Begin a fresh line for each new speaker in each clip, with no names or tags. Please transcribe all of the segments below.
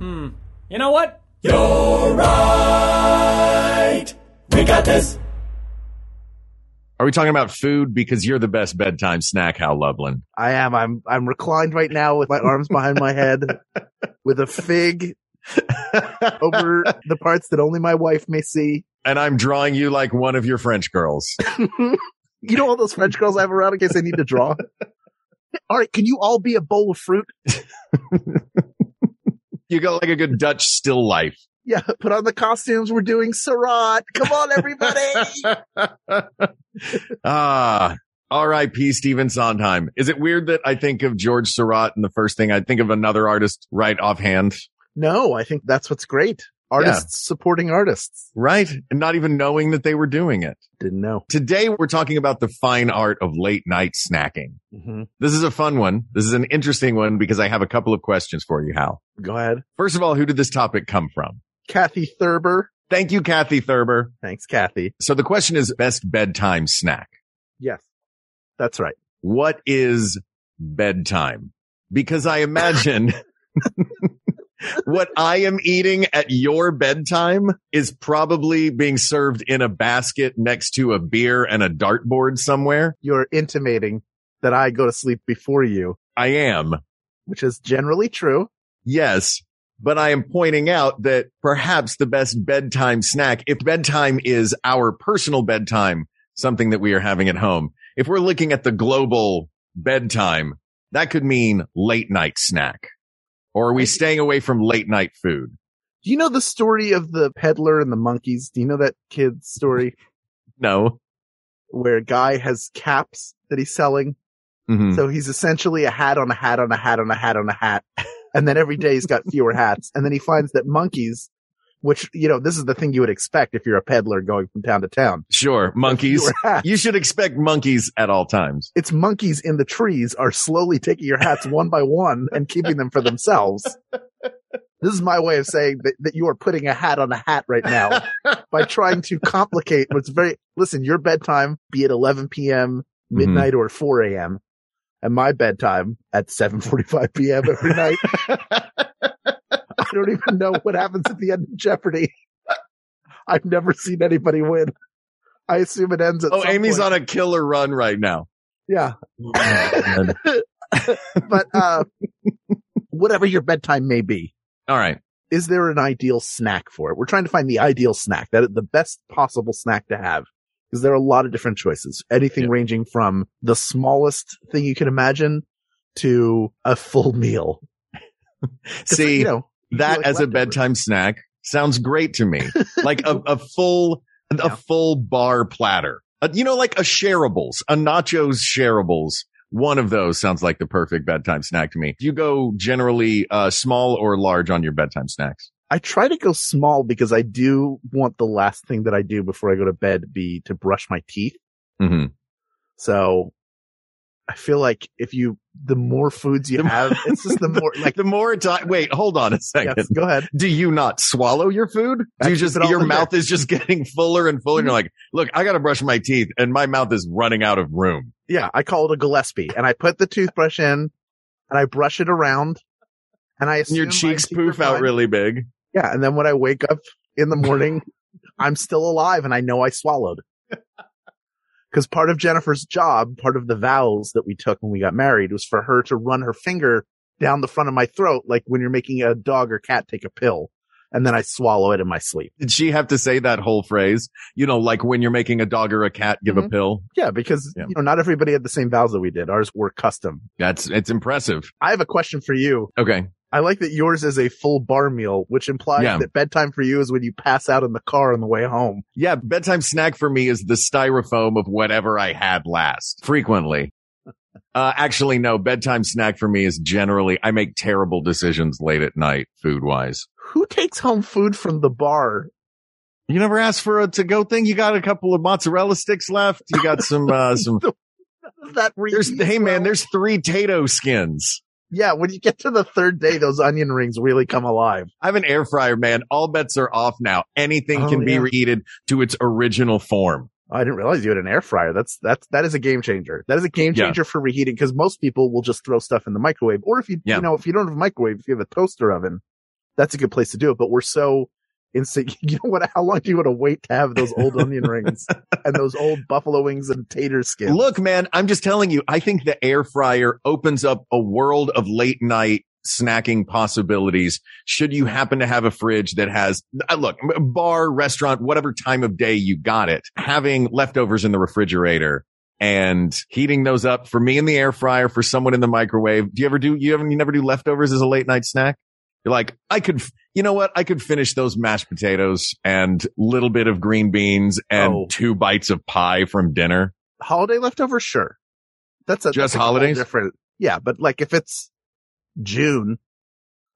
Hmm. You know what? You're right. We got this.
Are we talking about food? Because you're the best bedtime snack, Hal Lublin.
I am. I'm I'm reclined right now with my arms behind my head, with a fig over the parts that only my wife may see.
And I'm drawing you like one of your French girls.
You know all those French girls I have around in case I need to draw. All right, can you all be a bowl of fruit?
You got like a good Dutch still life.
Yeah, put on the costumes. We're doing Surat. Come on, everybody.
ah, R.I.P. Stephen Sondheim. Is it weird that I think of George Surratt and the first thing I think of another artist right offhand?
no, I think that's what's great. Artists supporting artists.
Right? And not even knowing that they were doing it.
Didn't know.
Today we're talking about the fine art of late night snacking.
hmm
This is a fun one. This is an interesting one because I have a couple of questions for you, Hal.
Go ahead.
First of all, who did this topic come from?
Kathy Thurber.
Thank you, Kathy Thurber.
Thanks, Kathy.
So the question is best bedtime snack.
Yes, that's right.
What is bedtime? Because I imagine what I am eating at your bedtime is probably being served in a basket next to a beer and a dartboard somewhere.
You're intimating that I go to sleep before you,
I am.
which is generally true.
Yes. But I am pointing out that perhaps the best bedtime snack, if bedtime is our personal bedtime, something that we are having at home, if we're looking at the global bedtime, that could mean late night snack. Or are we staying away from late night food?
Do you know the story of the peddler and the monkeys? Do you know that kid's story
No.
where a guy has caps that he's selling?
Mhm.
So he's essentially a hat on a hat on a hat on a hat on a hat. And then every day he's got fewer hats. And then he finds that monkeys, which, you know, this is the thing you would expect if you're a peddler going from town to town.
Sure. Monkeys.
Fewer hats.
You should expect monkeys at all times.
It's monkeys in the trees are slowly taking your hats one by one and keeping them for themselves. This is my way of saying that, that you are putting a hat on a hat right now by trying to complicate what's very, listen, your bedtime, be it 11 PM,
Mm-hmm.
midnight or 4 AM and my bedtime at 7.45 PM every night. I don't even know what happens at the end of Jeopardy. I've never seen anybody win. I assume it ends at
Oh,
some
Amy's
point.
on a killer run right now.
Yeah. but uh whatever your bedtime may be,
all right.
is there an ideal snack for it? We're trying to find the ideal snack, that the best possible snack to have. Because there are a lot of different choices. Anything
Yeah.
ranging from the smallest thing you can imagine to a full meal. 'Cause,
See,
you know,
that
like
as a
leftovers.
bedtime snack sounds great to me. like a, a full, a
Yeah.
full bar platter. Uh, you know, like a shareables, a nachos shareables. One of those sounds like the perfect bedtime snack to me. Do you go generally uh, small or large on your bedtime snacks?
I try to go small because I do want the last thing that I do before I go to bed be to brush my teeth.
Mm-hmm.
So I feel like if you, the more foods you
The-
have, it's just the more like,
The more time, wait, hold on a second.
yes, go ahead.
Do you not swallow your food? Do
I
you
keep
just
it all
your
in there.
mouth is just getting fuller and fuller? And
Mm-hmm.
you're like, look, I got to brush my teeth, and my mouth is running out of room.
Yeah. I call it a Gillespie and I put the toothbrush in and I brush it around and I,
And your
assume my
cheeks
teeth are
poof out
fine.
really big.
Yeah. And then when I wake up in the morning, I'm still alive and I know I swallowed. Cause part of Jennifer's job, part of the vows that we took when we got married was for her to run her finger down the front of my throat. Like when you're making a dog or cat take a pill and then I swallow it in my sleep.
Did she have to say that whole phrase? You know, like when you're making a dog or a cat give a
Mhm.
pill.
Yeah. Because
Yeah.
you know, not everybody had the same vows that we did. Ours were custom.
That's it's impressive.
I have a question for you.
Okay.
I like that yours is a full bar meal, which implies
Yeah.
that bedtime for you is when you pass out in the car on the way home.
Yeah, bedtime snack for me is the styrofoam of whatever I had last. Frequently. Uh, actually, no. Bedtime snack for me is generally I make terrible decisions late at night, food wise.
Who takes home food from the bar?
You never asked for a to go thing. You got a couple of mozzarella sticks left. You got some uh, some.
Does that re-
There's hey man, there's three Tato skins.
yeah. When you get to the third day, those onion rings really come alive.
I have an air fryer, man. All bets are off now. Anything
Oh,
can be
yeah.
reheated to its original form.
I didn't realize you had an air fryer. That's that's that is a game changer. That is a game
Yeah.
changer for reheating because most people will just throw stuff in the microwave. Or if you
Yeah.
you know if you don't have a microwave, if you have a toaster oven, that's a good place to do it. But we're so instant. You know what? How long do you want to wait to have those old onion rings and those old buffalo wings and tater skins?
Look, man, I'm just telling you, I think the air fryer opens up a world of late night snacking possibilities. Should you happen to have a fridge that has, uh, look, m- bar, restaurant, whatever time of day you got it, having leftovers in the refrigerator and heating those up for me in the air fryer, for someone in the microwave. Do you ever do, you ever, you never do leftovers as a late night snack? You're like, I could, f- you know what? I could finish those mashed potatoes and little bit of green beans and
Oh.
two bites of pie from dinner.
holiday leftovers, sure. That's a,
Just
that's a whole
holidays?
different. Yeah, but like if it's June,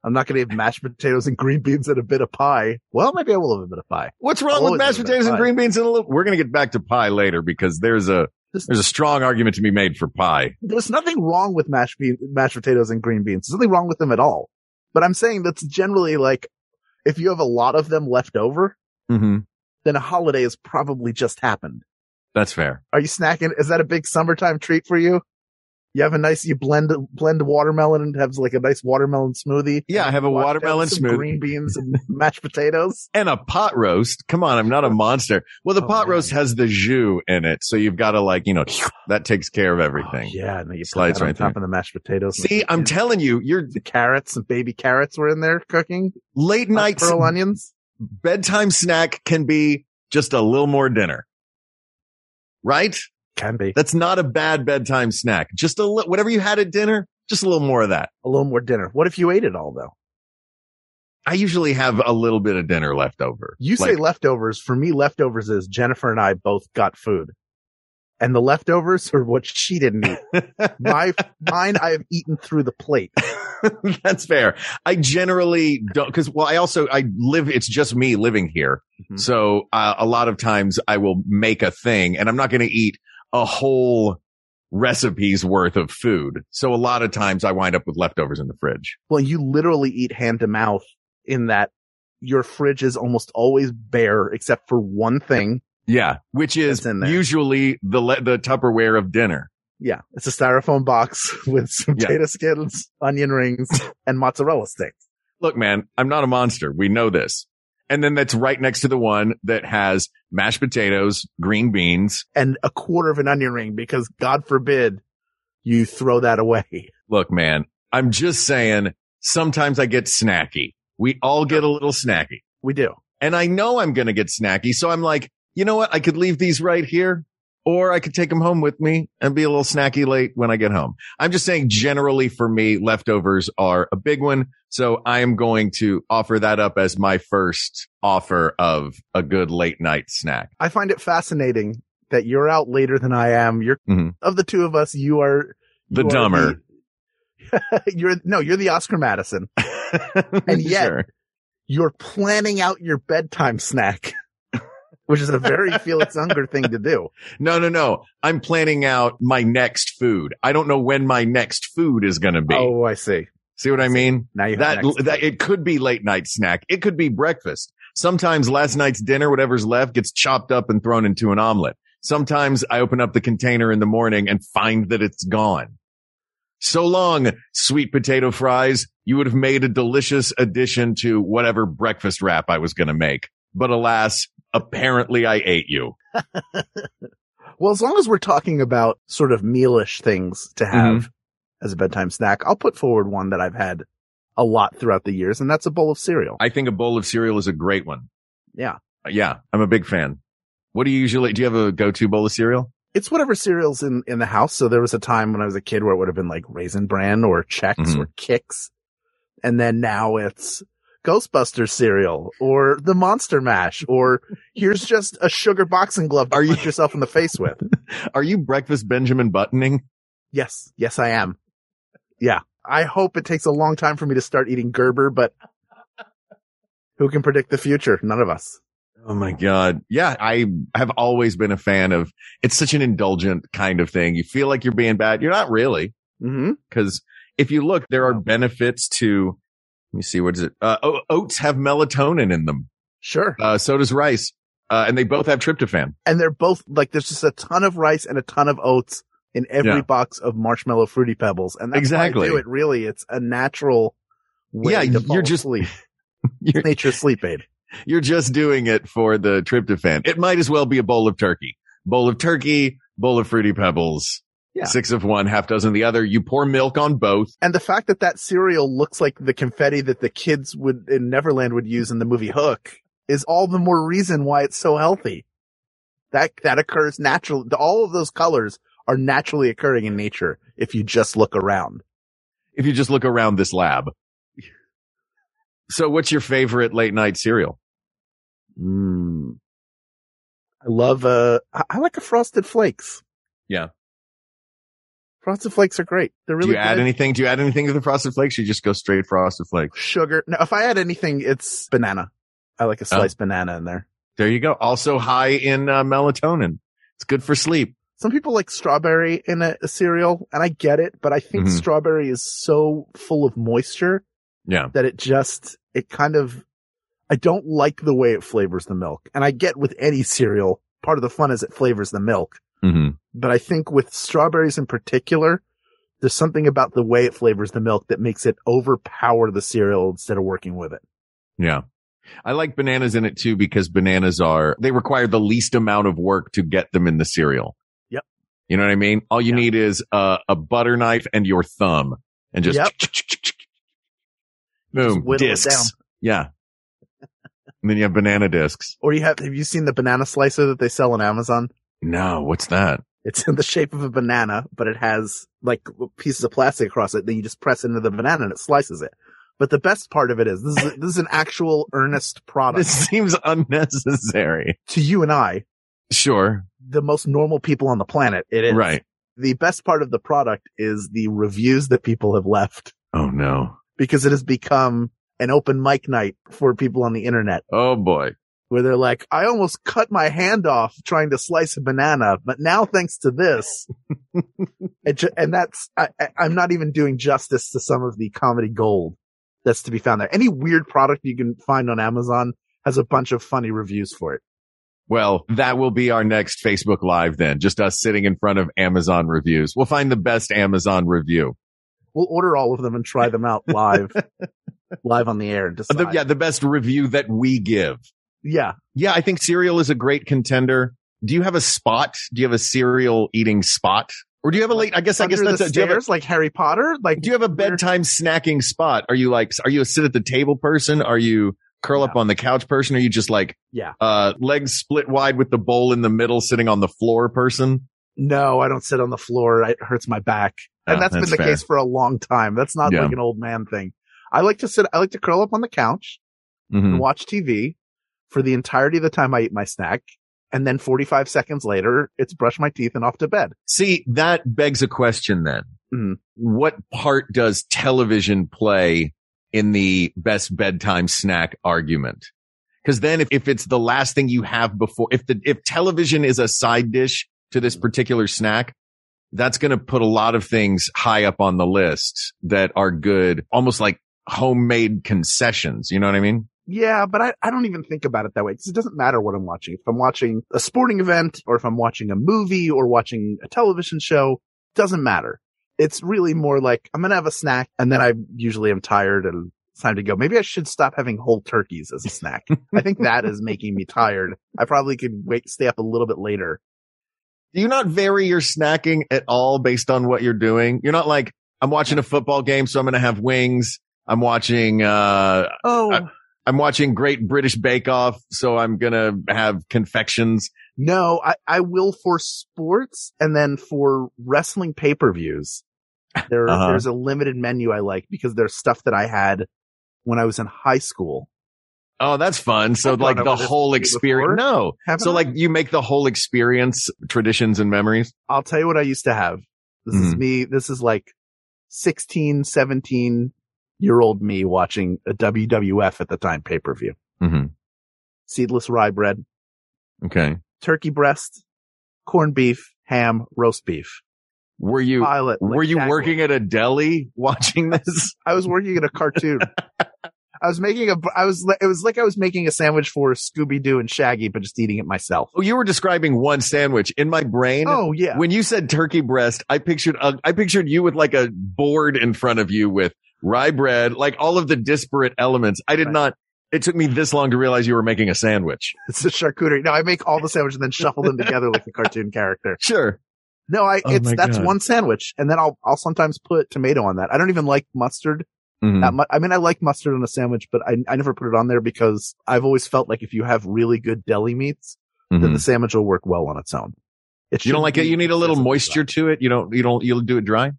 I'm not going to have mashed potatoes and green beans and a bit of pie. Well, maybe I will have a bit of pie.
What's wrong
Always
with mashed
been
potatoes and
pie.
green beans and a little? We're gonna get back to pie later because there's a
This-
there's a strong argument to be made for pie.
There's nothing wrong with mashed bean, mashed potatoes and green beans. There's nothing wrong with them at all. But I'm saying that's generally like if you have a lot of them left over,
Mm-hmm.
then a holiday has probably just happened.
That's fair.
Are you snacking? Is that a big summertime treat for you? You have a nice, you blend, blend watermelon and have like a nice watermelon smoothie.
Yeah, I have a
Wash down
watermelon
some
smoothie
green beans, and mashed potatoes.
and a pot roast. Come on, I'm not a monster. Well, the
Oh,
pot
man.
roast has the jus in it, so you've got to like you know that takes care of everything.
Oh, yeah, and then you
Slides
slides right on
right
top of the mashed potatoes.
See, I'm
And
telling you, your
the carrots and baby carrots were in there cooking.
late
Hot
night
pearl onions.
bedtime snack can be just a little more dinner, right?
Can be
That's not a bad bedtime snack. Just a little, whatever you had at dinner, just a little more of that.
a little more dinner. What if you ate it all though?
I usually have a little bit of dinner left over.
You say
Like,
leftovers. For me, leftovers is Jennifer and I both got food, and the leftovers are what she didn't eat. My mine, I have eaten through the plate.
that's fair. I generally don't because well, I also I live. It's just me living here,
Mhm.
so uh, a lot of times I will make a thing, and I'm not going to eat a whole recipe's worth of food. So a lot of times I wind up with leftovers in the fridge.
Well, you literally eat hand to mouth in that your fridge is almost always bare except for one thing.
Yeah, which is
That's in there.
usually the le- the Tupperware of dinner.
Yeah, it's a styrofoam box with some
Yeah.
potato skins, onion rings, and mozzarella sticks.
look, man, I'm not a monster. We know this. And then that's right next to the one that has mashed potatoes, green beans.
And a quarter of an onion ring because God forbid you throw that away.
Look, man, I'm just saying sometimes I get snacky. We all get a little snacky
We do.
and I know I'm going to get snacky. So I'm like, you know what? I could leave these right here or I could take them home with me and be a little snacky late when I get home. I'm just saying generally for me, leftovers are a big one. So I am going to offer that up as my first offer of a good late night snack.
I find it fascinating that you're out later than I am. You're
Mhm.
of the two of us, you are
The
you are
dumber.
the- you're no, you're the Oscar Madison. And yet-
Sure.
You're planning out your bedtime snack, which is a very Felix Unger thing to do.
no, no, no. I'm planning out my next food. I don't know when my next food is going to be.
Oh, I see.
See what I mean?
Now you have
that
next.
that it could be late night snack. It could be breakfast. Sometimes last night's dinner, whatever's left, gets chopped up and thrown into an omelet. Sometimes I open up the container in the morning and find that it's gone. So long, sweet potato fries. You would have made a delicious addition to whatever breakfast wrap I was going to make. But alas, apparently I ate you.
Well, as long as we're talking about sort of mealish things to
Mm-hmm.
have as a bedtime snack, I'll put forward one that I've had a lot throughout the years, and that's a bowl of cereal.
I think a bowl of cereal is a great one. Uh,
Yeah.
Yeah. I'm a big fan. What do you usually, do you have a go-to bowl of cereal?
it's whatever cereals in, in the house. So there was a time when I was a kid where it would have been like Raisin Bran or Chex
Mhm.
or Kix. And then now it's Ghostbuster cereal or the Monster Mash or here's just a sugar boxing glove to
Are you-
punch yourself in the face with.
Are you breakfast Benjamin buttoning?
Yes. Yes, I am. Yeah. I hope it takes a long time for me to start eating Gerber, but who can predict the future? None of us.
Oh my God. Yeah. I have always been a fan of it's such an indulgent kind of thing. You feel like you're being bad. You're not really.
Mm-hmm.
Cause if you look, there are benefits to, let me see, what is it? Uh, o- oats have melatonin in them.
Sure.
Uh, so does rice. Uh, and they both have tryptophan.
And they're both like, there's just a ton of rice and a ton of oats in every
Yeah.
box of marshmallow fruity pebbles. And that's
Exactly.
why I do it really. It's a natural way
Yeah,
to
you're
fall
just-
asleep.
You're,
Nature's sleep aid.
you're just doing it for the tryptophan. It might as well be a bowl of turkey, bowl of turkey, bowl of fruity pebbles,
Yeah.
six of one, half dozen of the other. You pour milk on both.
And the fact that that cereal looks like the confetti that the kids would in Neverland would use in the movie Hook is all the more reason why it's so healthy. That that occurs naturally. All of those colors are naturally occurring in nature if you just look around.
If you just look around this lab. So what's your favorite late night cereal?
Mm. I love uh I- I like a frosted flakes.
Yeah.
Frosted flakes are great. They're really
Do you add
good.
anything? Do you add anything to the frosted flakes? You just go straight frosted flakes.
sugar. No, if I add anything, it's banana. I like a
Oh.
sliced banana in there.
There you go. Also high in uh, melatonin. It's good for sleep.
Some people like strawberry in a, a cereal, and I get it, but I think
Mhm.
strawberry is so full of moisture
Yeah.
that it just it kind of I don't like the way it flavors the milk. And I get with any cereal, part of the fun is it flavors the milk.
Mm-hmm.
But I think with strawberries in particular, there's something about the way it flavors the milk that makes it overpower the cereal instead of working with it.
Yeah. I like bananas in it too because bananas are, they require the least amount of work to get them in the cereal.
Yep.
You know what I mean? All you
Yeah.
need is uh, a butter knife and your thumb and just,
Yep.
boom,
Just whittle it
discs.
down.
Yeah. and then you have banana discs.
Or you have have you seen the banana slicer that they sell on Amazon?
No, what's that?
It's in the shape of a banana, but it has like pieces of plastic across it that you just press into the banana and it slices it. But the best part of it is this is this is an actual earnest product
This seems unnecessary.
to you and I,
Sure.
the most normal people on the planet. It is
Right.
The best part of the product is the reviews that people have left
Oh no.
because it has become an open mic night for people on the internet
Oh boy.
where they're like, I almost cut my hand off trying to slice a banana, but now thanks to this, it ju- and that's, I, I, I'm not even doing justice to some of the comedy gold that's to be found there. Any weird product you can find on Amazon has a bunch of funny reviews for it.
Well, that will be our next Facebook Live then. Just us sitting in front of Amazon reviews. We'll find the best Amazon review.
We'll order all of them and try them out live, live on the air and decide.
The- yeah, the best review that we give.
yeah.
Yeah, I think cereal is a great contender. Do you have a spot? Do you have a cereal eating spot? Or do you have a late? I guess I guess
Under
that's
the
a, do you have
stairs, like Harry Potter.
a
Like,
do you have a bedtime snacking spot? Are you like are you a sit at the table person? Are you curl up on the couch person? Are you just like
Yeah.
uh legs split wide with the bowl in the middle sitting on the floor person?
no, I don't sit on the floor. It hurts my back. And
Ah,
that's been the
fair.
case for a long time. That's not
Yeah.
like an old man thing. I like to sit, I like to curl up on the couch
Mhm.
and watch TV for the entirety of the time I eat my snack. And then 45 seconds later, it's brush my teeth and off to bed.
See, that begs a question then.
Mm.
What part does television play in the best bedtime snack argument? Cause then if, if it's the last thing you have before, if the, if television is a side dish to this particular snack, that's going to put a lot of things high up on the list that are good, almost like homemade concessions. You know what I mean?
Yeah, but I, I don't even think about it that way because it doesn't matter what I'm watching. If I'm watching a sporting event or if I'm watching a movie or watching a television show, doesn't matter. It's really more like I'm going to have a snack and then I usually am tired and it's time to go. Maybe I should stop having whole turkeys as a snack. I think that is making me tired. I probably could wait, stay up a little bit later.
do you not vary your snacking at all based on what you're doing? You're not like, I'm watching a football game, so I'm going to have wings. I'm watching, uh,
Oh,
I'm watching Great British Bake Off, so I'm going to have confections.
no, I, I will for sports and then for wrestling pay per views. There,
Uh-huh.
there's a limited menu I like because there's stuff that I had when I was in high school.
Oh, that's fun. So
I've
like
gone
the
over this
whole
with you before.
experience. No.
Haven't
So
I?
like you make the whole experience traditions and memories.
I'll tell you what I used to have. This
Mm-hmm.
is me. This is like 16, 17 year old me watching a WWF at the time pay per view.
Mm-hmm.
Seedless rye bread,
Okay.
turkey breast, corned beef, ham, roast beef.
Were you
Pilot.
were you working at a deli watching this?
I was working in a cartoon. I was making a, I was, li- it was like I was making a sandwich for Scooby Doo and Shaggy, but just eating it myself.
Oh, you were describing one sandwich in my brain.
Oh yeah.
When you said turkey breast, I pictured uh, I pictured you with like a board in front of you with rye bread, like all of the disparate elements. I did
Right.
not. It took me this long to realize you were making a sandwich.
It's a charcuterie. No, I make all the sandwiches and then shuffle them together like a cartoon character.
Sure.
No, I,
Oh
it's,
my
that's
God.
one sandwich. And then I'll, I'll sometimes put tomato on that. I don't even like mustard.
Mhm.
that mu- I mean, I like mustard on a sandwich, but I, I never put it on there because I've always felt like if you have really good deli meats, then
Mhm.
the sandwich will work well on its own. It
You don't
shouldn't
like it.
be
You need a little
excessively
moisture to it. You don't. You don't. You'll do it dry.
dry.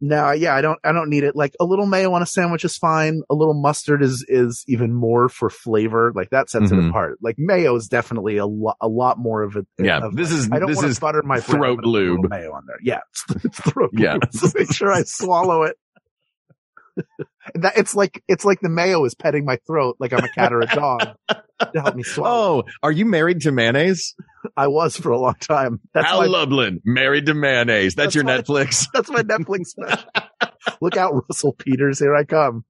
No, yeah, I don't, I don't need it. Like a little mayo on a sandwich is fine. A little mustard is, is even more for flavor. Like that sets it
Mhm.
apart. Like mayo is definitely a lot, a lot more of it.
Yeah.
of-
This is.
I don't
This
want
is.
to butter my bread,
throat
but a little
lube.
mayo on there. Yeah, it's, it's throat
Yeah.
lube. Just make sure I swallow it. that it's like it's like the mayo is petting my throat like I'm a cat or a dog to help me swallow.
Oh, are you married to mayonnaise?
I was for a long time. That's
Al
my
Lublin, married to mayonnaise.
That's
That's, your
why-
Netflix.
that's my Netflix special. Look out, Russell Peters, here I come.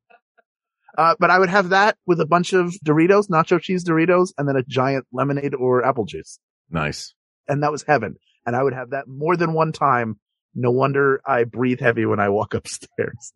Uh, but I would have that with a bunch of Doritos, nacho cheese Doritos, and then a giant lemonade or apple juice.
Nice.
and that was heaven. And I would have that more than one time. No wonder I breathe heavy when I walk upstairs.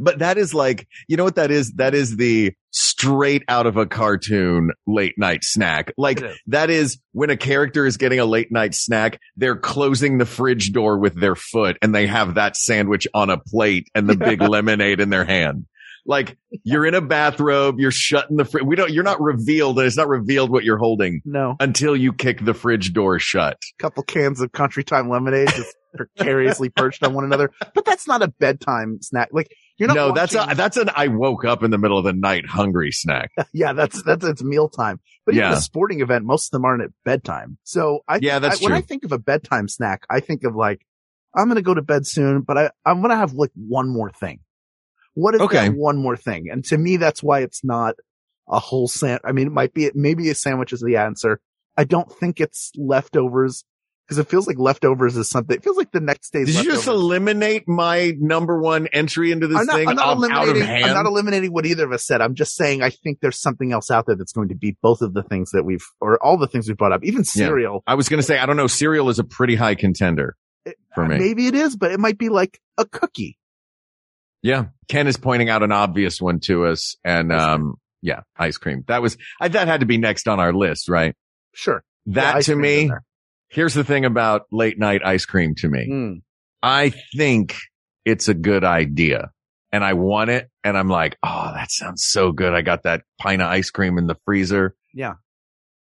But that is like, you know what that is? That is the straight out of a cartoon late night snack. Like
It is.
that is when a character is getting a late night snack, they're closing the fridge door with their foot and they have that sandwich on a plate and the big lemonade in their hand. Like you're in a bathrobe, you're shutting the fridge. We don't, you're not revealed and it's not revealed what you're holding
No,
until you kick the fridge door shut.
a couple cans of country time lemonade just precariously perched on one another. But that's not a bedtime snack. Like you're not.
no, that's
watching-
a, that's an I woke up in the middle of the night hungry snack.
yeah, that's that's it's mealtime. But even
Yeah.
a sporting event, most of them aren't at bedtime. So I
Yeah, that's
I, when
true.
I think of a bedtime snack, I think of like I'm gonna go to bed soon, but I I'm gonna have like one more thing. What is
Okay.
that one more thing? And to me, that's why it's not a whole sand. I mean, it might be maybe a sandwich is the answer. I don't think it's leftovers because it feels like leftovers is something. It feels like the next day's.
Did you
leftovers.
just eliminate my number one entry into this
I'm not,
thing?
I'm not
I'm out of
eliminating.
hand.
I'm not eliminating what either of us said. I'm just saying I think there's something else out there that's going to beat both of the things that we've or all the things we brought up. Even cereal,
I was going to say, I don't know. Cereal is a pretty high contender
It-
for me.
Eh, maybe it is, but it might be like a cookie.
yeah. Ken is pointing out an obvious one to us. And,
Ice cream.
um, yeah, ice cream. That was, I, that had to be next on our list, right?
Sure, Yeah,
That
ice
to
cream's in
me,
there.
here's the thing about late night ice cream to me.
Mm.
I think it's a good idea and I want it. And I'm like, oh, that sounds so good. I got that pint of ice cream in the freezer.
Yeah.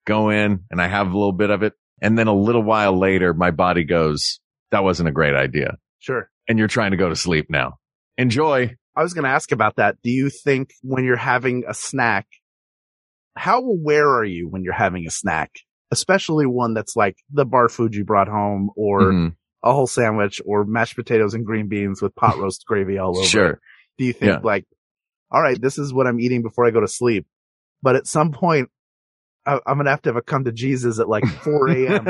Go in and I have a little bit of it. And then a little while later, my body goes, that wasn't a great idea.
sure.
And you're trying to go to sleep now. Enjoy.
I was going to ask about that. Do you think when you're having a snack, how aware are you when you're having a snack, especially one that's like the bar food you brought home or
Mhm.
a whole sandwich or mashed potatoes and green beans with pot roast gravy all over? it?
Sure.
do you think
Yeah.
like, all right, this is what I'm eating before I go to sleep. But at some point, I, I'm going to have to have a come to Jesus at like 4 a.m.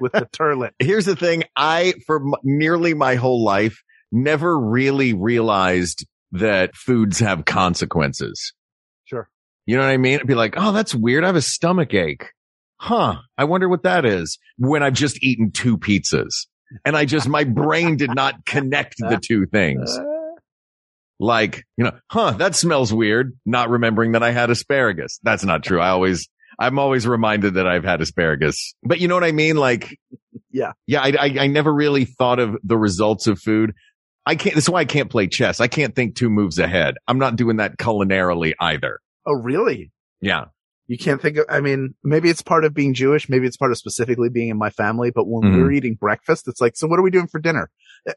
with the turlet.
here's the thing i for m- nearly my whole life never really realized that foods have consequences
Sure.
you know what i mean it'd be like oh that's weird i have a stomach ache huh i wonder what that is when i've just eaten two pizzas and i just my brain did not connect the two things like you know huh that smells weird not remembering that i had asparagus that's not true i always i'm always reminded that i've had asparagus but you know what i mean like
Yeah.
yeah i i, I never really thought of the results of food i can't that's why i can't play chess i can't think two moves ahead i'm not doing that culinarily either
Oh, really?
yeah
You can't think of, I mean, maybe it's part of being Jewish. Maybe it's part of specifically being in my family. But when
Mhm.
we're eating breakfast, it's like, so what are we doing for dinner?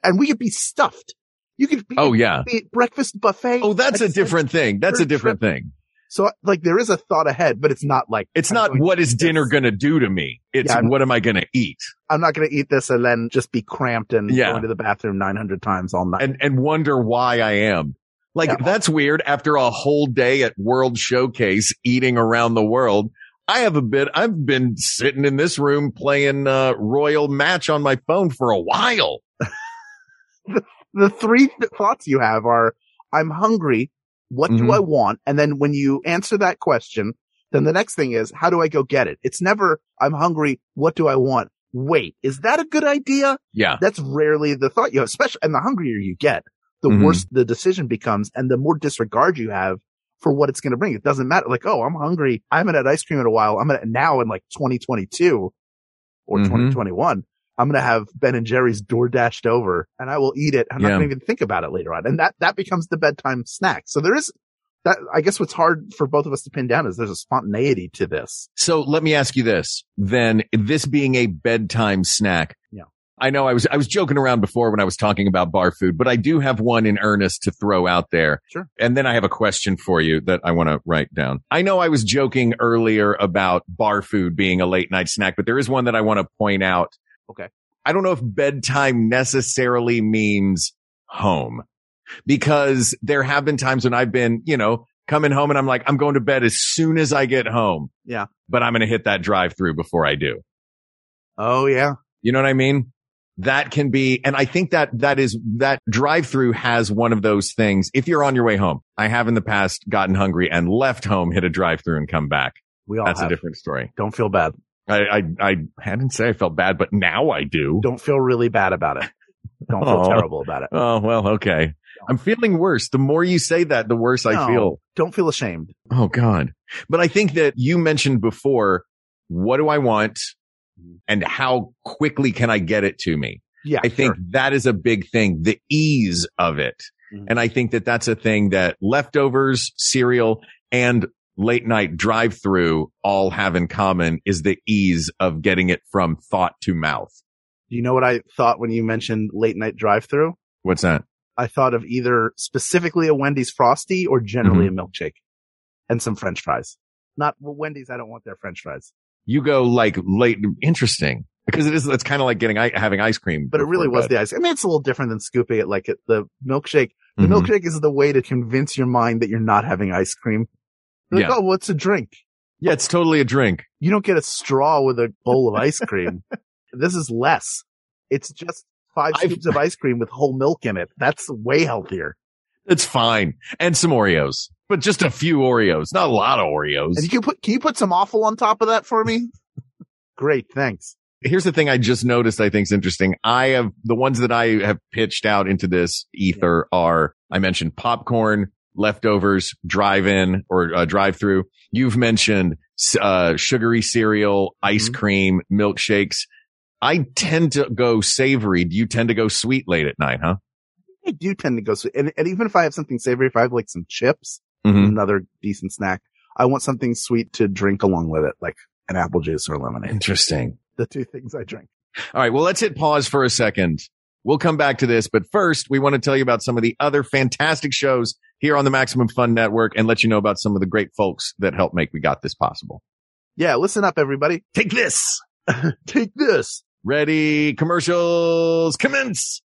And we could be stuffed. You could be,
oh yeah
be at breakfast buffet.
oh that's a
It's like-
different thing that's a different thing
So like there is a thought ahead, but it's not like
It's
I'm
not
going-
what is dinner going to do to me. It's
Yeah, I'm-
what am I going to eat?
I'm not going to eat this and then just be cramped and
Yeah.
go into the bathroom 900 times all night.
and and wonder why I am. Like
Yeah.
that's weird after a whole day at World Showcase eating around the world. I have a bit I've been sitting in this room playing uh Royal Match on my phone for a while.
the three th- thoughts you have are I'm hungry. What do
Mhm.
I want? And then when you answer that question, then the next thing is, how do I go get it? It's never, I'm hungry. What do I want? Wait, is that a good idea?
Yeah.
That's rarely the thought you have, especially, and the hungrier you get, the
Mhm.
worse the decision becomes and the more disregard you have for what it's going to bring. It doesn't matter. Like, oh, I'm hungry. I haven't had ice cream in a while. I'm going to now in like 2022 or
Mhm.
2021. I'm going to have Ben and Jerry's door dashed over and I will eat it. I'm not
Yeah.
going to even think about it later on. And that, that becomes the bedtime snack. So there is that, I guess what's hard for both of us to pin down is there's a spontaneity to this.
So let me ask you this. Then this being a bedtime snack.
Yeah.
I know I was I was joking around before when I was talking about bar food, but I do have one in earnest to throw out there.
Sure.
And then I have a question for you that I want to write down. I know I was joking earlier about bar food being a late night snack, but there is one that I want to point out.
Okay.
I don't know if bedtime necessarily means home because there have been times when I've been, you know, coming home and I'm like, I'm going to bed as soon as I get home.
Yeah.
But I'm going to hit that drive through before I do.
Oh yeah.
You know what I mean? That can be, and I think that that is that drive through has one of those things. If you're on your way home, I have in the past gotten hungry and left home, hit a drive through and come back.
We all
That's
have.
a different story.
Don't feel bad.
I, I, I, I didn't say I felt bad, but now I do.
Don't feel really bad about it. Don't feel
Aw.
terrible about it.
Oh, well, okay. I'm feeling worse. The more you say that, the worse I
No.
feel.
Don't feel ashamed.
Oh God. But I think that you mentioned before, what do I want
Mm-hmm.
and how quickly can I get it to me?
Yeah.
I think
sure.
that is a big thing, the ease of it.
Mhm.
And I think that that's a thing that leftovers, cereal and late night drive through all have in common is the ease of getting it from thought to mouth.
You know what I thought when you mentioned late night drive through?
What's that?
I thought of either specifically a Wendy's Frosty or generally
Mm-hmm.
a milkshake and some French fries. Not well, Wendy's. I don't want their French fries,
You go like late, interesting because it is, it's kind of like getting, i- having ice cream.
but it really was the ice. I mean, it's a little different than scooping it like at the milkshake. The
Mm-hmm.
milkshake is the way to convince your mind that you're not having ice cream. You're Like,
Yeah.
oh, what's a drink?
Yeah. It's totally a drink.
You don't get a straw with a bowl of ice cream. this is less. It's just 5
I've-
scoops of ice cream with whole milk in it. That's way healthier.
It's fine. And some Oreos, but just a few Oreos, not a lot of Oreos.
And you can put, can you put some awful on top of that for me? Great. Thanks.
Here's the thing I just noticed I think is interesting. I have the ones that I have pitched out into this ether are I mentioned popcorn, leftovers, drive in or uh, drive through. You've mentioned uh, sugary cereal, ice
Mhm.
cream, milkshakes. I tend to go savory. Do you tend to go sweet late at night, huh?
I do tend to go sweet. And, and even if I have something savory, if I have like some chips,
Mm-hmm.
another decent snack, I want something sweet to drink along with it, like an apple juice or lemonade.
Interesting.
The two things I drink.
All right. Well, let's hit pause for a second. We'll come back to this, but first we want to tell you about some of the other fantastic shows here on the Maximum Fun Network and let you know about some of the great folks that help make We Got This possible.
Yeah. Listen up, everybody.
Take this.
Take this.
Ready? Commercials commence.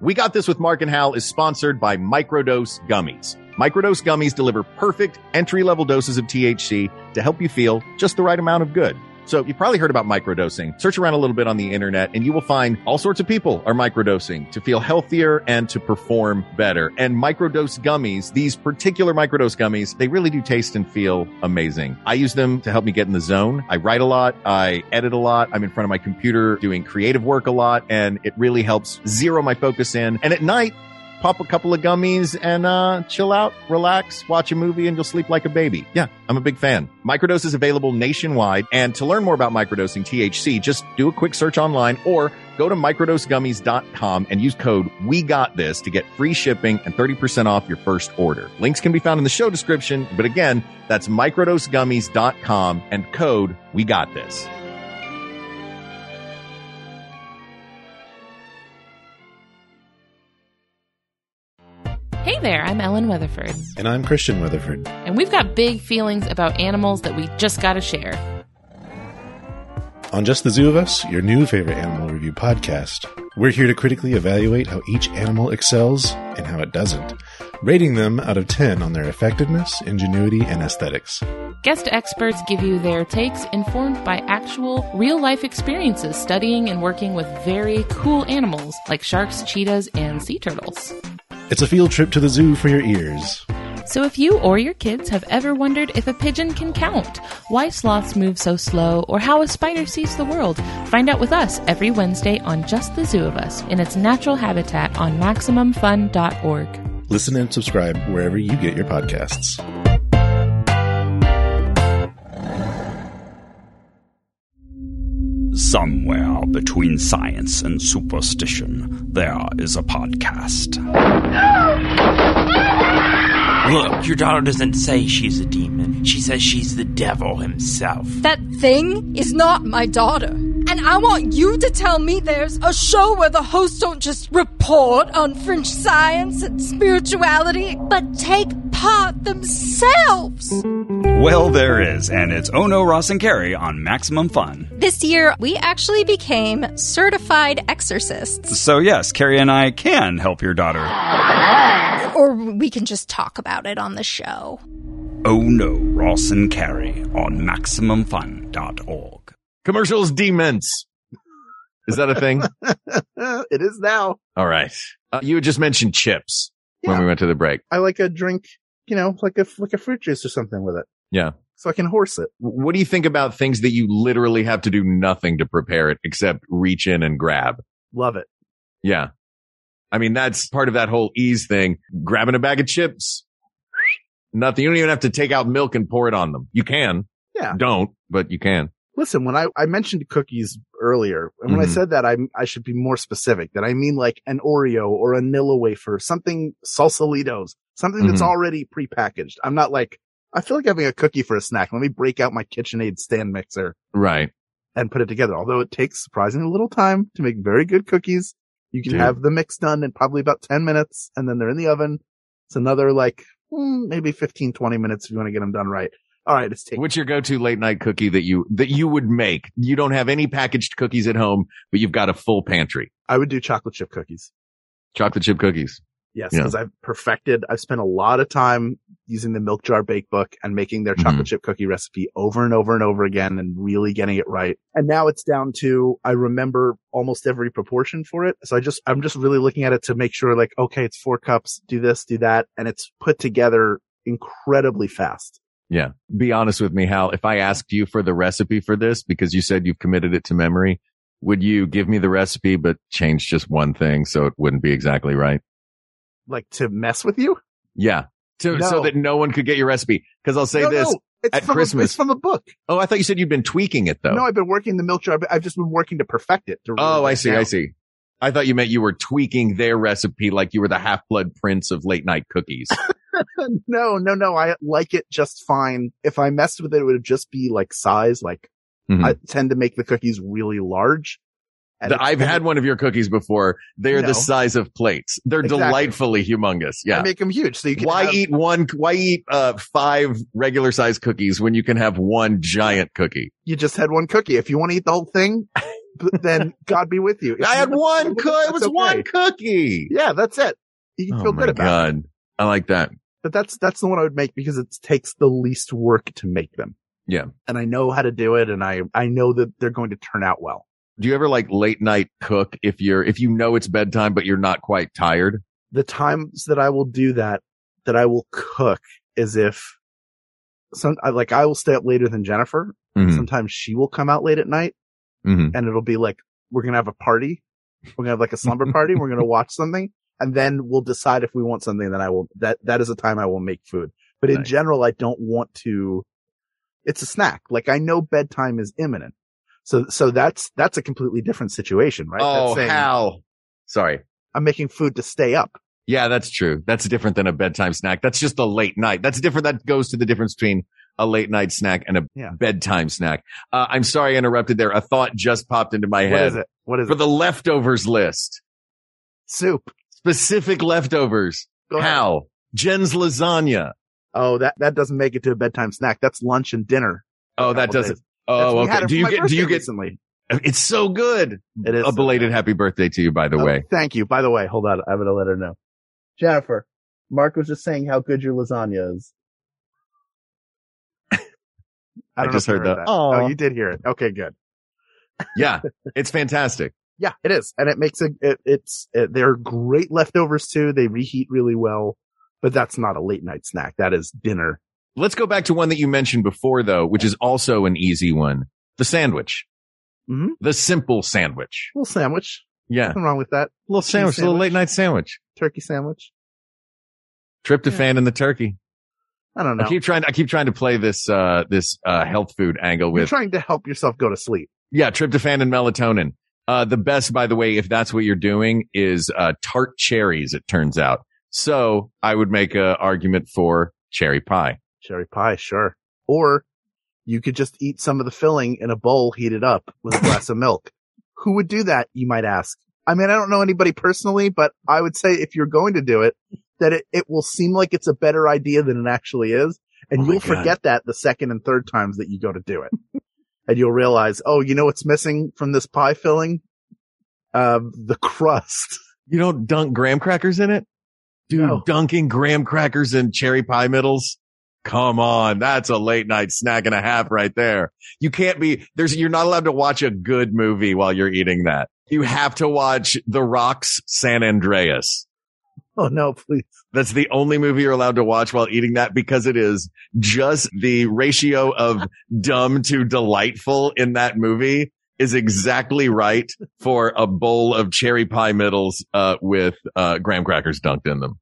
We Got This with Mark and Hal is sponsored by Microdose Gummies. Microdose Gummies deliver perfect entry level doses of THC to help you feel just the right amount of good. So you've probably heard about microdosing. Search around a little bit on the internet and you will find all sorts of people are microdosing to feel healthier and to perform better. And microdose gummies, these particular microdose gummies, they really do taste and feel amazing. I use them to help me get in the zone. I write a lot. I edit a lot. I'm in front of my computer doing creative work a lot and it really helps zero my focus in. And at night, pop a couple of gummies and uh, chill out, relax, watch a movie, and you'll sleep like a baby. Yeah, I'm a big fan. Microdose is available nationwide. And to learn more about microdosing THC, just do a quick search online or go to microdosegummies.com and use code we got this to get free shipping and 30% off your first order. Links can be found in the show description, but again, that's microdosegummies.com and code we got this.
Hey Hey there, I'm Ellen Weatherford,
And I'm Christian Weatherford.
and we've got big feelings about animals that we just gotta share.
On Just the Zoo of Us, your new favorite animal review podcast, we're here to critically evaluate how each animal excels and how it doesn't, rating them out of 10 on their effectiveness, ingenuity, and aesthetics.
Guest experts give you their takes informed by actual, real life experiences studying and working with very cool animals like sharks, cheetahs, and sea turtles.
It's a field trip to the zoo for your ears.
So, if you or your kids have ever wondered if a pigeon can count, why sloths move so slow, or how a spider sees the world, find out with us every Wednesday on Just the Zoo of Us in its natural habitat on MaximumFun.org.
Listen and subscribe wherever you get your podcasts.
Somewhere between science and superstition, there is a podcast.
Look, your daughter doesn't say she's a demon. She says she's the devil himself.
That thing is not my daughter. And I want you to tell me there's a show where the hosts don't just report on French science and spirituality, but take part themselves.
Well, there is, and it's Ono Ross and Carrie on Maximum Fun.
This year, we actually became certified exorcists.
So, yes, Carrie and I can help your daughter.
Or we can just talk about it on the show.
Ono Ross and Carrie on MaximumFun.org.
Commercials demons. Is that a thing?
it is now.
All right. Uh, you had just mentioned chips when
Yeah.
we went to the break.
I like a drink, you know, like a like a fruit juice or something with it.
Yeah.
So I can horse it.
W- What do you think about things that you literally have to do nothing to prepare it except reach in and grab?
Love it.
Yeah. I mean, that's part of that whole ease thing. Grabbing a bag of chips. Nothing. You don't even have to take out milk and pour it on them. You can.
Yeah.
Don't, but you can.
Listen, when I, I mentioned cookies earlier, and when
Mhm.
I said that, I I should be more specific. That I mean like an Oreo or a Nilla wafer, something salsalitos, something that's
Mhm.
already prepackaged. I'm not like I feel like having a cookie for a snack. Let me break out my KitchenAid stand mixer
Right.
and put it together. Although it takes surprisingly little time to make very good cookies. You can
Dude.
have the mix done in probably about 10 minutes and then they're in the oven. It's another like mm, maybe 15, 20 minutes if you want to get them done right. All right. It's taking
What's your go-to late night cookie that you, that you would make? You don't have any packaged cookies at home, but you've got a full pantry.
I would do chocolate chip cookies.
Chocolate chip cookies.
Yes.
Yeah.
Cause I've perfected, I've spent a lot of time using the milk jar bake book and making their
Mhm.
chocolate chip cookie recipe over and over and over again and really getting it right. And now it's down to, I remember almost every proportion for it. So I just, I'm just really looking at it to make sure like, okay, it's four cups, do this, do that. And it's put together incredibly fast.
Yeah. Be honest with me, Hal. If I asked you for the recipe for this because you said you've committed it to memory, would you give me the recipe, but change just one thing so it wouldn't be exactly right?
Like to mess with you.
Yeah. To, So
No.
that no one could get your recipe. Cause I'll say
No,
this.
no, it's
at
from
Christmas.
A, it's from a book.
Oh, I thought you said you'd been tweaking it though.
No, I've been working the milk jar. but I've just been working to perfect it. to really
oh, I
get
see.
down.
I see. I thought you meant you were tweaking their recipe like you were the half blood prince of late night cookies.
no, no, no. I like it just fine. If I messed with it, it would just be like size. Like
Mhm.
I tend to make the cookies really large.
The- I've had one of your cookies before. They're
No.
the size of plates. They're
Exactly.
delightfully humongous.
Yeah.
Yeah.
I make them huge, so you can.
why
have-
eat one why eat uh five regular sized cookies when you can have one giant cookie
You just had one cookie. If you want to eat the whole thing, b- then God be with you. If
i
you
had
want
one
that's
cookie it was
okay.
one cookie
to- Yeah, that's it. You can
oh
feel
my
good about. it.
god i like that
But that's that's the one I would make because it takes the least work to make them.
Yeah.
and I know how to do it, and I I know that they're going to turn out well.
do you ever like late night cook if you're if you know it's bedtime but you're not quite tired
the times that I will do that, that I will cook is if some, I, like I will stay up later than Jennifer.
Mhm.
Sometimes she will come out late at night
Mhm.
and it'll be like, we're going to have a party. We're going to have like a slumber party. We're going to watch something and then we'll decide if we want something that I will, that, that is a time I will make food. But in
Nice.
general, I don't want to, it's a snack. Like I know bedtime is imminent. So, so that's, that's a completely different situation, right?
oh
that's saying,
hal sorry
I'm making food to stay up.
yeah that's true that's different than a bedtime snack that's just a late night that's different that goes to the difference between a late night snack and a
Yeah.
bedtime snack uh, i'm sorry i interrupted there a thought just popped into my
What
head
is it? What is
for
it?
the leftovers list
Soup.
specific leftovers.
Go ahead.
How? Jen's lasagna.
Oh, that, that doesn't make it to a bedtime snack. That's lunch and dinner.
Oh, that
Couple
doesn't.
days. That's-
Oh,
we had
okay.
it
Do
for
you
my
get? Do you
birthday
get?
recently?
It's so good.
It is uh,
A belated happy birthday to you, by the
Oh,
way.
Thank you. By the way, hold on. I'm going to let her know. Jennifer, Mark was just saying how good your lasagna is.
I
don't know
just
if you
heard that.
Oh, you did hear it. Okay, good.
Yeah, it's fantastic.
Yeah, it is, and it makes a, it. It's it, they're great leftovers too. They reheat really well, but that's not a late night snack. That is dinner.
Let's go back to one that you mentioned before, though, which is also an easy one: the sandwich.
Mhm.
The simple sandwich.
Little sandwich.
Yeah,
Nothing wrong with that.
little sandwich,
sandwich.
little late night sandwich.
Turkey sandwich.
Tryptophan and the turkey.
I don't know.
I keep trying. I keep trying to play this uh this uh health food angle
You're
with
trying to help yourself go to sleep.
yeah tryptophan and melatonin. Uh, the best, by the way, if that's what you're doing, is uh tart cherries. It turns out. So I would make a argument for cherry pie.
Cherry pie, sure. Or you could just eat some of the filling in a bowl, heat it up with a glass of milk. Who would do that? You might ask. I mean, I don't know anybody personally, but I would say if you're going to do it, that it, it will seem like it's a better idea than it actually is. And
Oh my
you'll
God.
forget that the second and third times that you go to do it. and you'll realize, oh, you know what's missing from this pie filling? Um, the crust.
You don't dunk graham crackers in it, dude.
No.
Dunking graham crackers in cherry pie middles. Come on, that's a late night snack and a half right there. You can't be there's you're not allowed to watch a good movie while you're eating that. You have to watch The Rock's San Andreas.
Oh no, please.
That's the only movie you're allowed to watch while eating that because it is just the ratio of dumb to delightful in that movie is exactly right for a bowl of cherry pie middles uh, with uh, graham crackers dunked in them.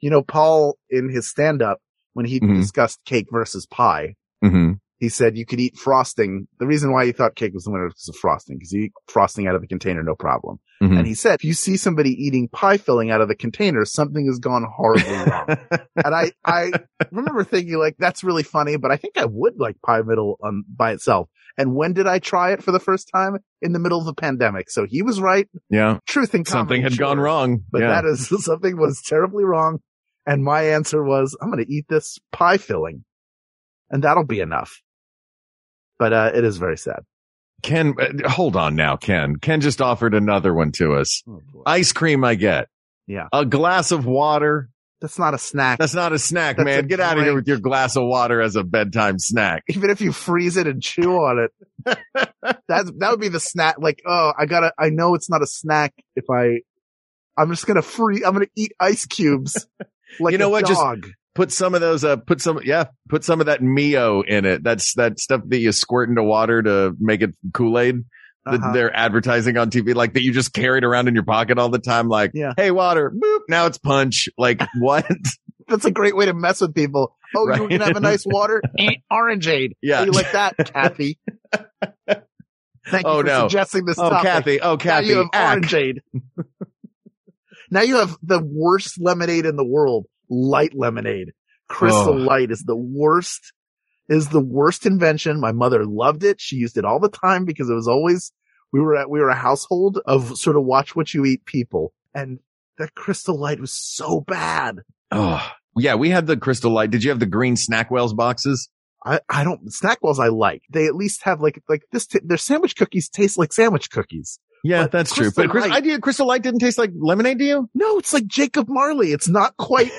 You know, Paul in his stand up, when he
Mhm.
discussed cake versus pie,
Mm-hmm.
he said you could eat frosting. The reason why he thought cake was the winner was because of frosting, because you eat frosting out of the container, no problem.
Mhm.
And he said, if you see somebody eating pie filling out of the container, something has gone horribly wrong. and I, I remember thinking like, that's really funny, but I think I would like pie middle um, by itself. And when did I try it for the first time? In the middle of the pandemic. So he was right.
Yeah,
Truth and comedy,
something had
sure.
gone wrong.
But
yeah.
that is something was terribly wrong. And my answer was, I'm going to eat this pie filling and that'll be enough. But, uh, it is very sad.
Ken, uh, hold on now, Ken. Ken just offered another one to us. Ice cream, I get.
Yeah.
A glass of water.
That's not a snack.
That's not a snack,
That's
man.
a
Get out of here
drink.
with your glass of water as a bedtime snack.
Even if you freeze it and chew on it, that, that would be the snack. Like, oh, I gotta, I know it's not a snack if I, I'm just going to free, I'm going to eat ice cubes like
You know
a
what, just-
dog.
Put some of those, uh, put some, yeah, put some of that Mio in it. That's that stuff that you squirt into water to make it Kool-Aid that
Uh-huh.
they're advertising on TV, like that you just carried around in your pocket all the time. Like,
Yeah.
hey, water, boop, now it's punch. Like what?
That's a great way to mess with people. Oh, you were going
Right.
to have a nice water? Eh, Orangeade.
yeah.
How you like that, Kathy? Thank you
Oh,
for
no.
suggesting this
Oh,
topic.
Kathy. Oh, Kathy.
now you have
ack.
orangeade. now you have the worst lemonade in the world. Light lemonade. Crystal
Oh.
light is the worst, is the worst invention. My mother loved it. She used it all the time because it was always, we were at, we were a household of sort of watch what you eat people. And that crystal light was so bad.
Oh, yeah. We had the crystal light. Did you have the green snack wells boxes?
I, I don't, snack balls I like. They at least have like, like this, t- their sandwich cookies taste like sandwich cookies.
Yeah,
But
that's true.
Crystal
But Chris,
Light-
I did, crystal light didn't taste like lemonade to you.
No, it's like Jacob Marley. It's not quite,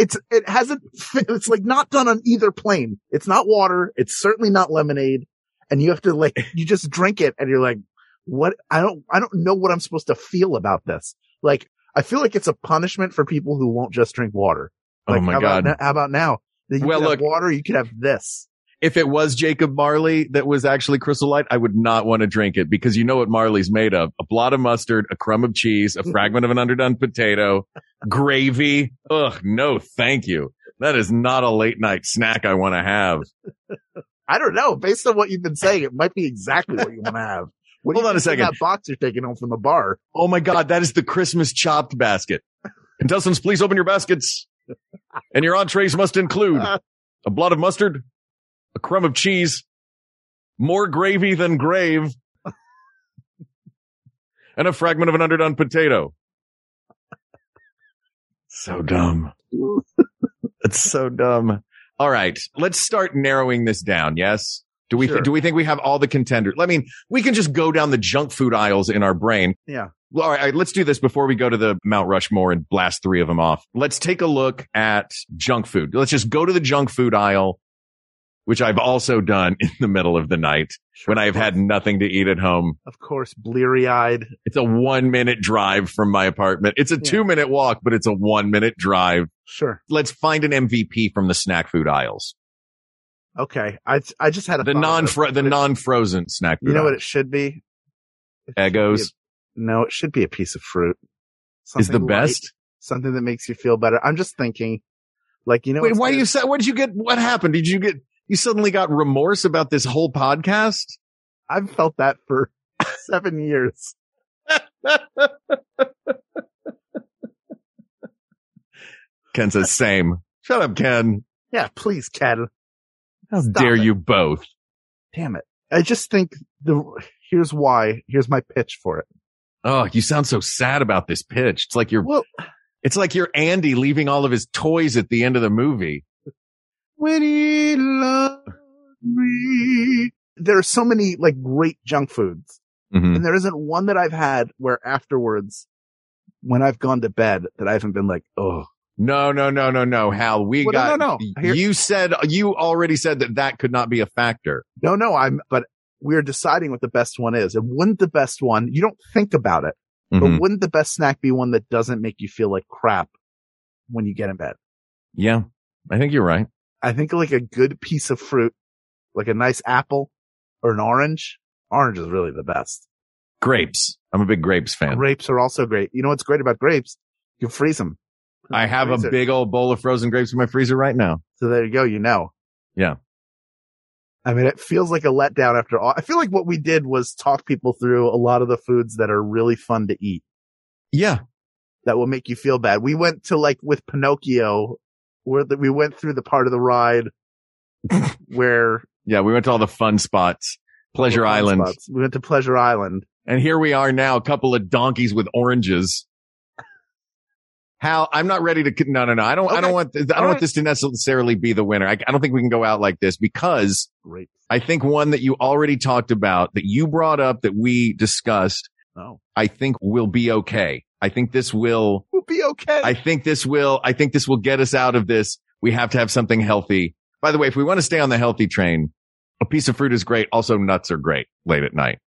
it's, it hasn't, fit, it's like not done on either plane. It's not water. It's certainly not lemonade. And you have to like, you just drink it and you're like, what? I don't, I don't know what I'm supposed to feel about this. Like, I feel like it's a punishment for people who won't just drink water. Like,
oh my
how
god.
About, no- how about now? That You
Well,
could have
look-
water, you could have this.
if it was Jacob Marley that was actually Crystal Light, I would not want to drink it because you know what Marley's made of. A blot of mustard, a crumb of cheese, a fragment of an underdone potato, gravy. Ugh, no, thank you. That is not a late night snack I want to have.
I don't know. Based on what you've been saying, it might be exactly what you want to have. What do you
Hold on a
think in
second.
That box you're taking home from the bar.
Oh my God, that is the Christmas chopped basket. Contestants, please open your baskets. And your entrees must include a blot of mustard, a crumb of cheese, more gravy than grave, and a fragment of an underdone potato. So dumb. That's so dumb. All right. Let's start narrowing this down. Yes. Do we,
Sure.
do we think we have all the contenders? I mean, we can just go down the junk food aisles in our brain.
Yeah.
Well, all right, all right, let's do this before we go to the Mount Rushmore and blast three of them off. Let's take a look at junk food. Let's just go to the junk food aisle, which I've also done in the middle of the night when I've had nothing to eat at home.
Of course, bleary eyed.
It's a one minute drive from my apartment. It's a two minute walk, but it's a one minute drive.
Sure.
Let's find an MVP from the snack food aisles.
Okay. I I just had a
The
thought.
non the non frozen snack food.
You know what
aisle.
it should be?
Eggos
No, it should be a piece of fruit.
is the
Something light,
best.
something that makes you feel better. I'm just thinking, like you know,
Wait,
what's
why do
good?
you say? What did you get? What happened? Did you get? You suddenly got remorse about this whole podcast?
I've felt that for seven years.
Ken says same. Shut up, Ken.
Yeah, please, Ken.
How
Stop
dare
it.
you both?
Damn it! I just think the here's why. Here's my pitch for it.
Oh, you sound so sad about this pitch. It's like you're,
Well,
it's like you're Andy leaving all of his toys at the end of the movie.
when he loved me. There are so many like great junk foods.
Mhm.
And there isn't one that I've had where afterwards, when I've gone to bed, that I haven't been like, oh,
No, no, no, no, no, Hal. We
Well, no,
got,
no, no. Here-
you said, you already said that that could not be a factor.
no, no, I'm, but we're deciding what the best one is. And wouldn't the best one, you don't think about it,
Mhm.
but wouldn't the best snack be one that doesn't make you feel like crap when you get in bed?
Yeah. I think you're right.
I think like a good piece of fruit, like a nice apple or an orange. Orange is really the best.
Grapes. I'm a big grapes fan.
Grapes are also great. You know what's great about grapes? You can freeze them.
I have a
Freezer.
big old bowl of frozen grapes in my freezer right now.
So there you go. You know.
Yeah.
I mean, it feels like a letdown after all. I feel like what we did was talk people through a lot of the foods that are really fun to eat
Yeah.
that will make you feel bad. We went to like with Pinocchio where the, we went through the part of the ride where
Yeah. We went to all the fun spots, Pleasure
fun
Island.
spots. We went to Pleasure Island.
And here we are now, a couple of donkeys with oranges. Hal, I'm not ready to. No, no, no. I don't. I
Okay.
don't want. th- I don't
All
want
right.
this to necessarily be the winner. I, I don't think we can go out like this because
Great.
I think one that you already talked about, that you brought up, that we discussed,
Oh,
I think will be okay. I think this will.
we'll be okay.
I think this will. I think this will get us out of this. We have to have something healthy. By the way, if we want to stay on the healthy train, a piece of fruit is great. Also, nuts are great late at night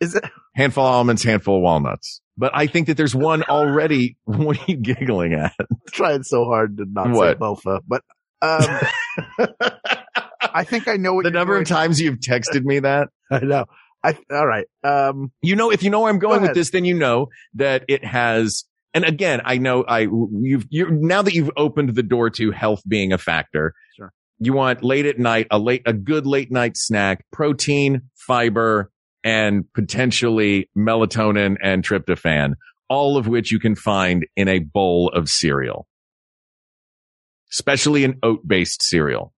Is it?
handful of almonds, handful of walnuts. But I think that there's one already. What are you giggling at?
I'm trying so hard to not say
What?
Bofa, but um, I think I know what
the
you're
number
going
of times you've texted me that.
I know. I all right. Um,
You know, if you know where I'm going with
ahead.
this, then you know that it has. And again, I know I you've you now that you've opened the door to health being a factor.
Sure.
You want late at night a late a good late night snack, protein, fiber, and potentially melatonin and tryptophan, all of which you can find in a bowl of cereal. especially an oat based cereal,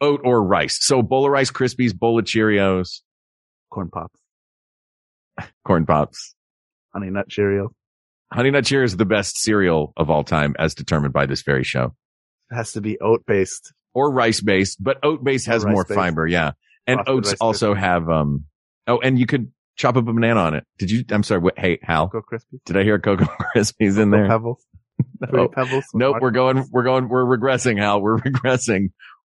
oat or rice. So bowl of Rice Krispies, bowl of Cheerios,
corn pops,
corn pops.
honey nut Cheerios.
Honey Nut Cheerios is the best cereal of all time as determined by this very show
It has to be oat based.
or rice based, but oat based has more
rice-based.
fiber. Yeah. And
Frosted
oats
Rice
also
Krispies.
have, um, oh, and you could chop up a banana on it. Did you, I'm sorry. What, hey, Hal,
Cocoa crispy.
did I hear Cocoa Krispies in there?
Pebbles. Fruity Pebbles.
Nope, we're going, we're going, we're regressing, Hal. We're regressing.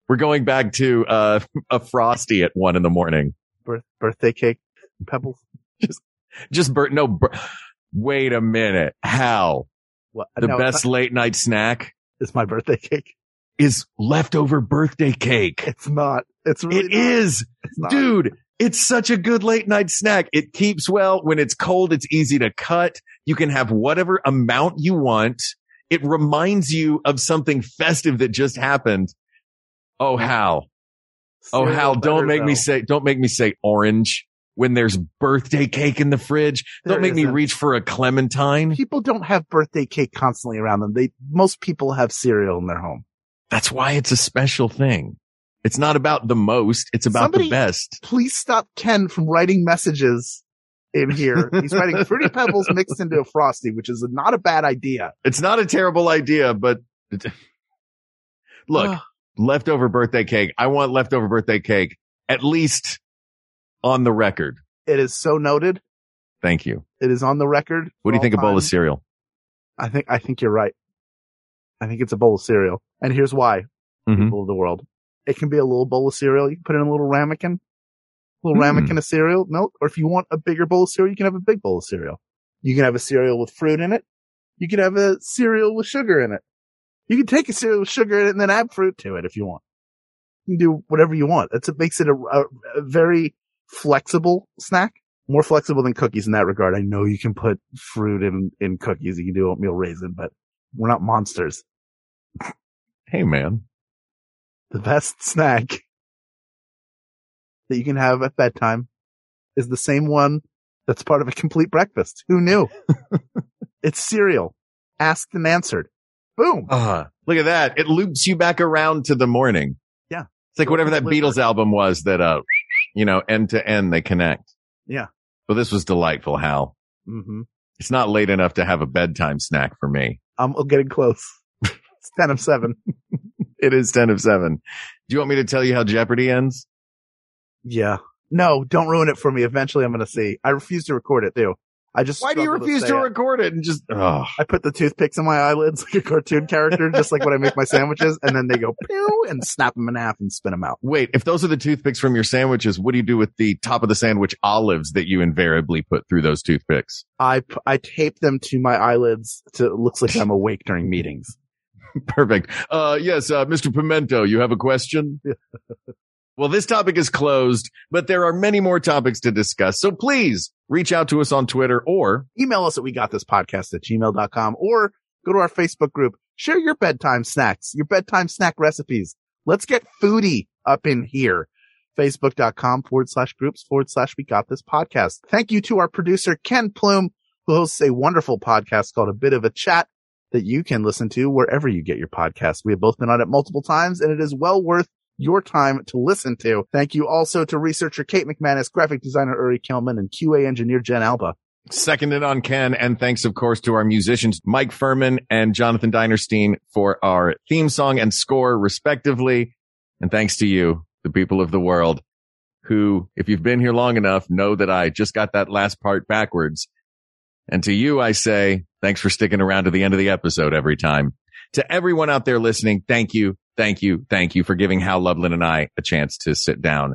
We're going back to uh, a frosty at one in the morning.
Birth, birthday cake. Pebbles.
Just Bert. No, Bert. wait a minute. Hal,
What?
the
Uh, no,
best
It's, not-
late night snack
it's my birthday cake.
is leftover birthday cake.
It's not. It's really.
It is,
It's not.
dude. It's such a good late night snack. It keeps well when it's cold. It's easy to cut. You can have whatever amount you want. It reminds you of something festive that just happened. Oh, Hal. Oh,
Cereal
Hal, don't
better,
make me
though.
say, don't make me say orange when there's birthday cake in the fridge.
There
don't make me
isn't.
reach for a clementine.
People don't have birthday cake constantly around them. They most people have cereal in their home.
That's why it's a special thing. It's not about the most. It's about
Somebody-
the best.
Please stop Ken from writing messages in here. He's fighting Fruity Pebbles mixed into a Frosty, which is not a bad idea.
It's not a terrible idea, but look, leftover birthday cake. I want leftover birthday cake, at least on the record.
It is so noted.
Thank you.
It is on the record.
What do you think a bowl of cereal?
I think I think you're right. I think it's a bowl of cereal, and here's why,
Mhm.
people of the world. It can be a little bowl of cereal. You can put in a little ramekin, little ramekin of cereal, milk, or if you want a bigger bowl of cereal, you can have a big bowl of cereal. You can have a cereal with fruit in it. You can have a cereal with sugar in it. You can take a cereal with sugar in it and then add fruit to it if you want. You can do whatever you want. That's it makes it a, a, a very flexible snack. More flexible than cookies in that regard. I know you can put fruit in, in cookies. You can do oatmeal raisin, but we're not monsters.
Hey, man.
the best snack that you can have at bedtime is the same one that's part of a complete breakfast. Who knew? it's cereal. Asked and answered. Boom.
Ah, look at that. It loops you back around to the morning.
Yeah.
It's like whatever that Beatles album was that, uh, you know, end to end, they connect.
Yeah.
Well, this was delightful, Hal.
hmm
It's not late enough to have a bedtime snack for me.
I'm getting close. it's 10 of 7.
It is 10 of 7. Do you want me to tell you how Jeopardy ends?
Yeah. No, don't ruin it for me. Eventually I'm going to see. I refuse to record it too. I just
Why do you
struggle
refuse
say
to
it.
record it and just, oh,
I put the toothpicks in my eyelids like a cartoon character, just like when I make my sandwiches, and then they go pew and snap them in half and spin them out.
wait, if those are the toothpicks from your sandwiches, what do you do with the top of the sandwich olives that you invariably put through those toothpicks?
I p- I tape them to my eyelids to it looks like I'm awake during meetings.
Perfect. Uh, yes, uh, Mr. Pimento, you have a question? well, this topic is closed, but there are many more topics to discuss. So please reach out to us on Twitter or
Email us at we got this podcast at gmail.com or go to our Facebook group. Share your bedtime snacks, your bedtime snack recipes. Let's get foodie up in here. Facebook.com forward slash groups forward slash we got this podcast. Thank you to our producer, Ken Plume, who hosts a wonderful podcast called A Bit of a Chat that you can listen to wherever you get your podcast. We have both been on it multiple times and it is well worth your time to listen to. Thank you also to researcher Kate McManus, graphic designer Uri Kelman, and QA engineer Jen Alba.
seconded on Ken. And thanks, of course, to our musicians, Mike Furman and Jonathan Dinerstein for our theme song and score, respectively. And thanks to you, the people of the world, who, if you've been here long enough, know that I just got that last part backwards. And to you, I say, thanks for sticking around to the end of the episode every time. To everyone out there listening, thank you, thank you, thank you for giving Hal Loveland and I a chance to sit down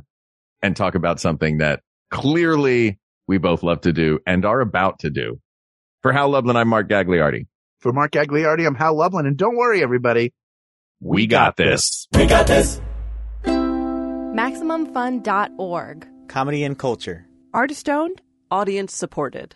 and talk about something that clearly we both love to do and are about to do. For Hal Loveland, I'm Mark Gagliardi.
For Mark Agliardi, I'm Hal Loveland, and don't worry, everybody.
We got this.
We got this.
MaximumFun.org.
Comedy and culture.
Artist owned.
Audience supported.